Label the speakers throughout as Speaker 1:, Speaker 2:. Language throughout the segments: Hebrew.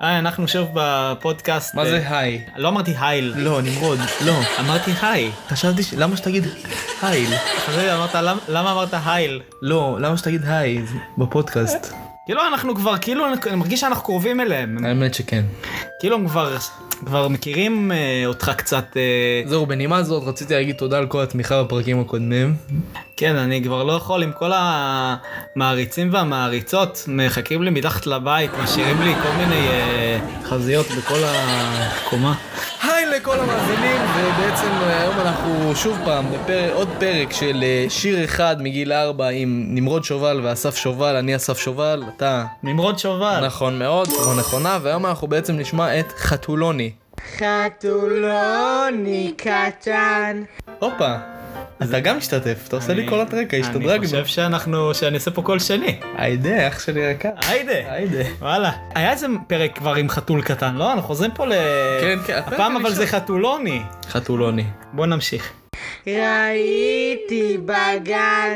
Speaker 1: היי, אה, אנחנו שוב בפודקאסט.
Speaker 2: מה זה
Speaker 1: אה,
Speaker 2: היי?
Speaker 1: לא אמרתי הייל.
Speaker 2: לא, נמרוד, לא.
Speaker 1: אמרתי היי.
Speaker 2: חשבתי ש... למה שתגיד הייל?
Speaker 1: אחרי זה אמרת, "למ- למה אמרת הייל?
Speaker 2: לא, למה שתגיד היי בפודקאסט?
Speaker 1: כאילו אנחנו כבר, כאילו, אני מרגיש שאנחנו קרובים אליהם.
Speaker 2: האמת שכן.
Speaker 1: כאילו הם כבר, כבר מכירים אה, אותך קצת. אה,
Speaker 2: זהו, בנימה זאת רציתי להגיד תודה על כל התמיכה בפרקים הקודמים.
Speaker 1: כן, אני כבר לא יכול עם כל המעריצים והמעריצות מחכים לי מתחת לבית, משאירים לי כל מיני אה, חזיות בכל הקומה.
Speaker 2: היי לכל המאזינים, ובעצם אה, היום אנחנו שוב פעם בפרק, עוד פרק של אה, שיר אחד מגיל ארבע עם נמרוד שובל ואסף שובל, אני אסף שובל, אתה
Speaker 1: נמרוד שובל.
Speaker 2: נכון מאוד, לא נכונה, והיום אנחנו בעצם נשמע את חתולוני.
Speaker 3: חתולוני קטן.
Speaker 2: הופה, אתה גם משתתף, אתה עושה לי כל הטרק,
Speaker 1: אני
Speaker 2: השתדרגנו.
Speaker 1: חושב שאנחנו, שאני אעשה פה קול שני.
Speaker 2: היידה, אח שלי יקר.
Speaker 1: היידה.
Speaker 2: היידה.
Speaker 1: וואלה. היה איזה פרק כבר עם חתול קטן, לא? אנחנו חוזרים פה ל...
Speaker 2: כן, כן, הפרק
Speaker 1: הפעם אבל
Speaker 2: הראשון.
Speaker 1: זה חתולוני.
Speaker 2: חתולוני.
Speaker 1: בוא נמשיך.
Speaker 3: ראיתי בגן.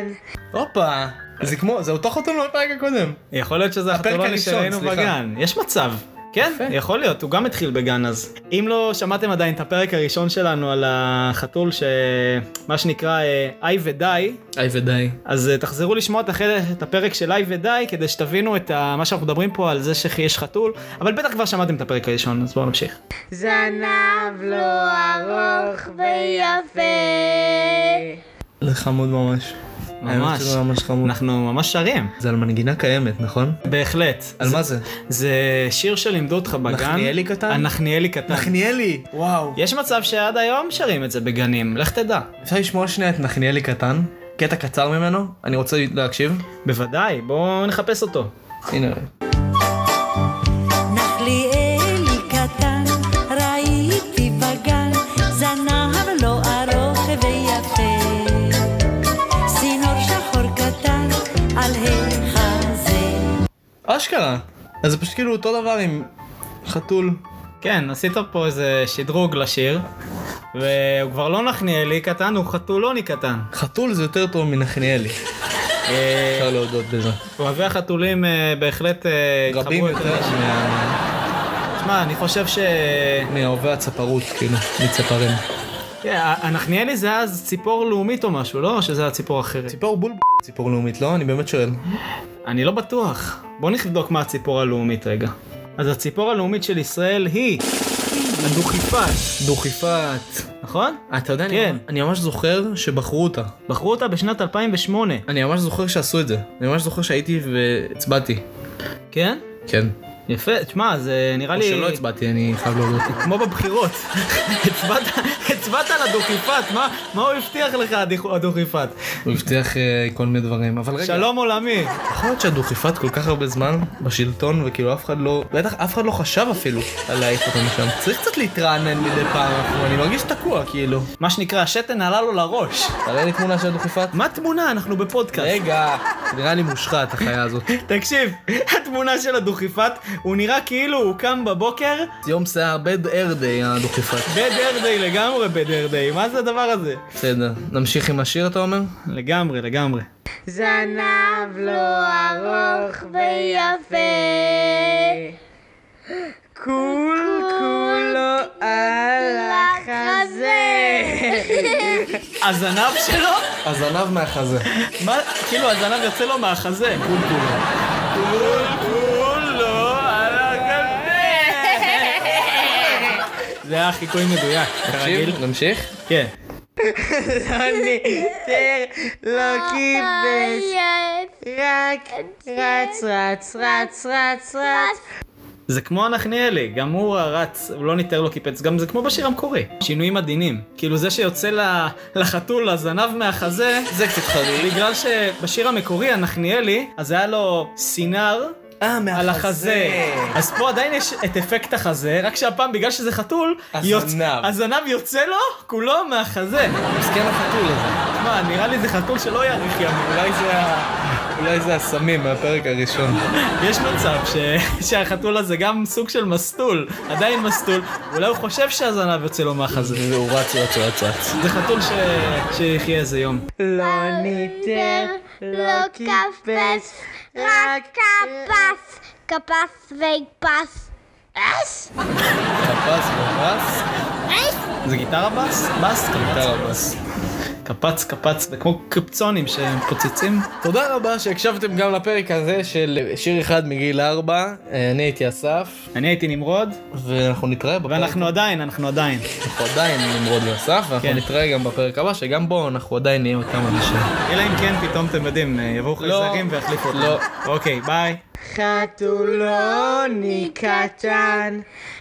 Speaker 2: הופה, זה כמו, זה אותו חתול מהפרק הקודם.
Speaker 1: יכול להיות שזה
Speaker 2: הפרק
Speaker 1: החתולוני
Speaker 2: הראשון,
Speaker 1: שראינו
Speaker 2: סליחה.
Speaker 1: בגן. יש מצב. כן,
Speaker 2: יפה.
Speaker 1: יכול להיות, הוא גם התחיל בגן אז. אם לא שמעתם עדיין את הפרק הראשון שלנו על החתול ש... מה שנקרא אה, איי ודי,
Speaker 2: היי ודי.
Speaker 1: אז אה, תחזרו לשמוע את, החלק, את הפרק של איי ודי כדי שתבינו את ה... מה שאנחנו מדברים פה על זה שיש חתול, אבל בטח כבר שמעתם את הפרק הראשון, אז בואו נמשיך.
Speaker 3: זנב לו ארוך ויפה.
Speaker 2: זה חמוד ממש. האמת שזה ממש חמוד.
Speaker 1: אנחנו ממש שרים.
Speaker 2: זה על מנגינה קיימת, נכון?
Speaker 1: בהחלט.
Speaker 2: על מה זה?
Speaker 1: זה שיר שלימדו אותך בגן.
Speaker 2: נחניאלי קטן?
Speaker 1: הנחניאלי קטן.
Speaker 2: נחניאלי! וואו.
Speaker 1: יש מצב שעד היום שרים את זה בגנים, לך תדע.
Speaker 2: אפשר לשמוע שנייה את נחניאלי קטן? קטע קצר ממנו? אני רוצה להקשיב.
Speaker 1: בוודאי, בואו נחפש אותו.
Speaker 2: הנה.
Speaker 4: נחליאלי קטן, ראיתי בגן, זנב לו ארוך ויפה. סינור שחור קטן על החזה.
Speaker 2: אשכרה! אז זה פשוט כאילו אותו דבר עם חתול.
Speaker 1: כן, עשית פה איזה שדרוג לשיר, והוא כבר לא נחניאלי קטן, הוא חתולוני קטן.
Speaker 2: חתול זה יותר טוב מנחניאלי.
Speaker 1: אה,
Speaker 2: אפשר להודות בזה.
Speaker 1: אוהבי החתולים אה, בהחלט אה,
Speaker 2: רבים
Speaker 1: התחברו
Speaker 2: יותר
Speaker 1: יותר.
Speaker 2: מה-
Speaker 1: תשמע, אני חושב ש...
Speaker 2: מאוהבי הצפרות, כאילו, מצפרים.
Speaker 1: כן, הנחניאלי זה אז ציפור לאומית או משהו, לא? או שזה היה ציפור אחרת?
Speaker 2: ציפור בולבול. ציפור לאומית, לא? אני באמת שואל.
Speaker 1: אני לא בטוח. בוא נבדוק מה הציפור הלאומית רגע. אז הציפור הלאומית של ישראל היא הדוכיפת,
Speaker 2: דוכיפת.
Speaker 1: נכון?
Speaker 2: אתה יודע, אני-
Speaker 1: כן.
Speaker 2: אני ממש זוכר שבחרו אותה.
Speaker 1: בחרו אותה בשנת 2008,
Speaker 2: אני ממש זוכר שעשו את זה. אני ממש זוכר שהייתי והצבעתי.
Speaker 1: כן?
Speaker 2: כן.
Speaker 1: יפה, תשמע, זה נראה
Speaker 2: או
Speaker 1: לי...
Speaker 2: שלא הצבעתי, אני חייב להודות.
Speaker 1: כמו בבחירות. הצבעת, הצבעת על הדוכיפת, מה, מה הוא הבטיח לך הדיכ- הדוכיפת?
Speaker 2: הוא הבטיח אה, כל מיני דברים, אבל רגע.
Speaker 1: שלום עולמי.
Speaker 2: יכול להיות שהדוכיפת כל כך הרבה זמן בשלטון, וכאילו אף אחד לא... בטח אף אחד לא חשב אפילו על להעיף אותה משם. צריך קצת להתרענן מדי פעם, אנחנו- אני מרגיש תקוע, כאילו.
Speaker 1: מה שנקרא, השתן עלה לו לראש.
Speaker 2: תראה לי תמונה של הדוכיפת.
Speaker 1: מה תמונה? אנחנו בפודקאסט.
Speaker 2: רגע, נראה לי מושחת החיה הזאת.
Speaker 1: תקשיב, התמונה של הדוכיפת, הוא נראה כאילו הוא קם בבוקר,
Speaker 2: יום שיער בד ארדי הדוכיפת.
Speaker 1: בד ארדיי לגמרי בד ארדיי, מה זה הדבר הזה?
Speaker 2: בסדר, נמשיך עם השיר אתה אומר?
Speaker 1: לגמרי, לגמרי.
Speaker 3: זנב לו ארוך ויפה. קול קולו על החזה.
Speaker 1: הזנב שלו?
Speaker 2: הזנב מהחזה.
Speaker 1: מה, כאילו הזנב יוצא לו מהחזה. כולו לא, על הגבי. זה היה חיקוי מדויק, כרגיל.
Speaker 2: תקשיב, נמשיך.
Speaker 1: כן.
Speaker 3: לא כיבש. רק רץ רץ רץ רץ רץ.
Speaker 1: זה כמו הנחניאלי, גם הוא רץ, הוא לא ניתר לו קיפץ, גם זה כמו בשיר המקורי. שינויים עדינים. כאילו זה שיוצא ל- לחתול, לזנב מהחזה,
Speaker 2: זה קצת חריג.
Speaker 1: בגלל שבשיר המקורי, הנחניאלי, אז היה לו סינר.
Speaker 2: אה,
Speaker 1: על החזה. אז פה עדיין יש את אפקט החזה, רק שהפעם בגלל שזה חתול,
Speaker 2: הזנב.
Speaker 1: יוצ- הזנב יוצא לו כולו מהחזה.
Speaker 2: מסכן החתול הזה.
Speaker 1: תשמע, נראה לי זה חתול שלא יאריך ימים.
Speaker 2: אולי זה ה- אולי זה הסמים מהפרק הראשון.
Speaker 1: יש מצב ש... שהחתול הזה גם סוג של מסטול, עדיין מסטול, אולי הוא חושב שהזנב יוצא לו מהחזה.
Speaker 2: והוא רץ, רץ, רץ, רץ.
Speaker 1: זה חתול ש... שיחיה איזה יום.
Speaker 3: לא ניתן, לא כיבש.
Speaker 5: רק כפס, כפס ויפס. אס?
Speaker 2: קפץ ובאס,
Speaker 5: אס?
Speaker 1: זה גיטרה בס? בס?
Speaker 2: גיטרה
Speaker 1: קפץ.
Speaker 2: ובאס.
Speaker 1: קפץ, קפץ, זה כמו קפצונים שהם פוצצים.
Speaker 2: תודה רבה שהקשבתם גם לפרק הזה של שיר אחד מגיל ארבע. אה, אני הייתי אסף,
Speaker 1: אני הייתי נמרוד,
Speaker 2: ואנחנו נתראה בפרק.
Speaker 1: ואנחנו עדיין, אנחנו עדיין.
Speaker 2: אנחנו עדיין נמרוד ואסף, ואנחנו
Speaker 1: כן.
Speaker 2: נתראה גם בפרק הבא, שגם בו אנחנו עדיין נהיה אותם אנשים.
Speaker 1: אלא אם כן, פתאום אתם יודעים, יבואו חייזרים ויחליפו אותנו.
Speaker 2: לא.
Speaker 1: אוקיי, ביי.
Speaker 5: חתולוני קטן,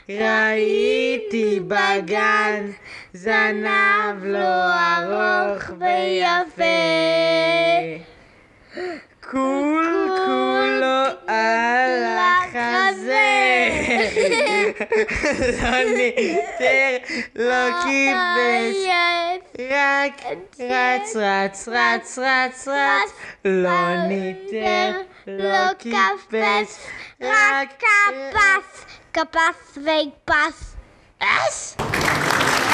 Speaker 5: ראיתי בגן, זנב לו ארוך ויפה. כול כולו על החזה. לא ניטר, לא כיבש, רק רץ, רץ, רץ, רץ, רץ. לא ניטר, לא כיבש,
Speaker 3: רק
Speaker 5: רק
Speaker 3: קפץ, קפץ ויפס.
Speaker 5: אס!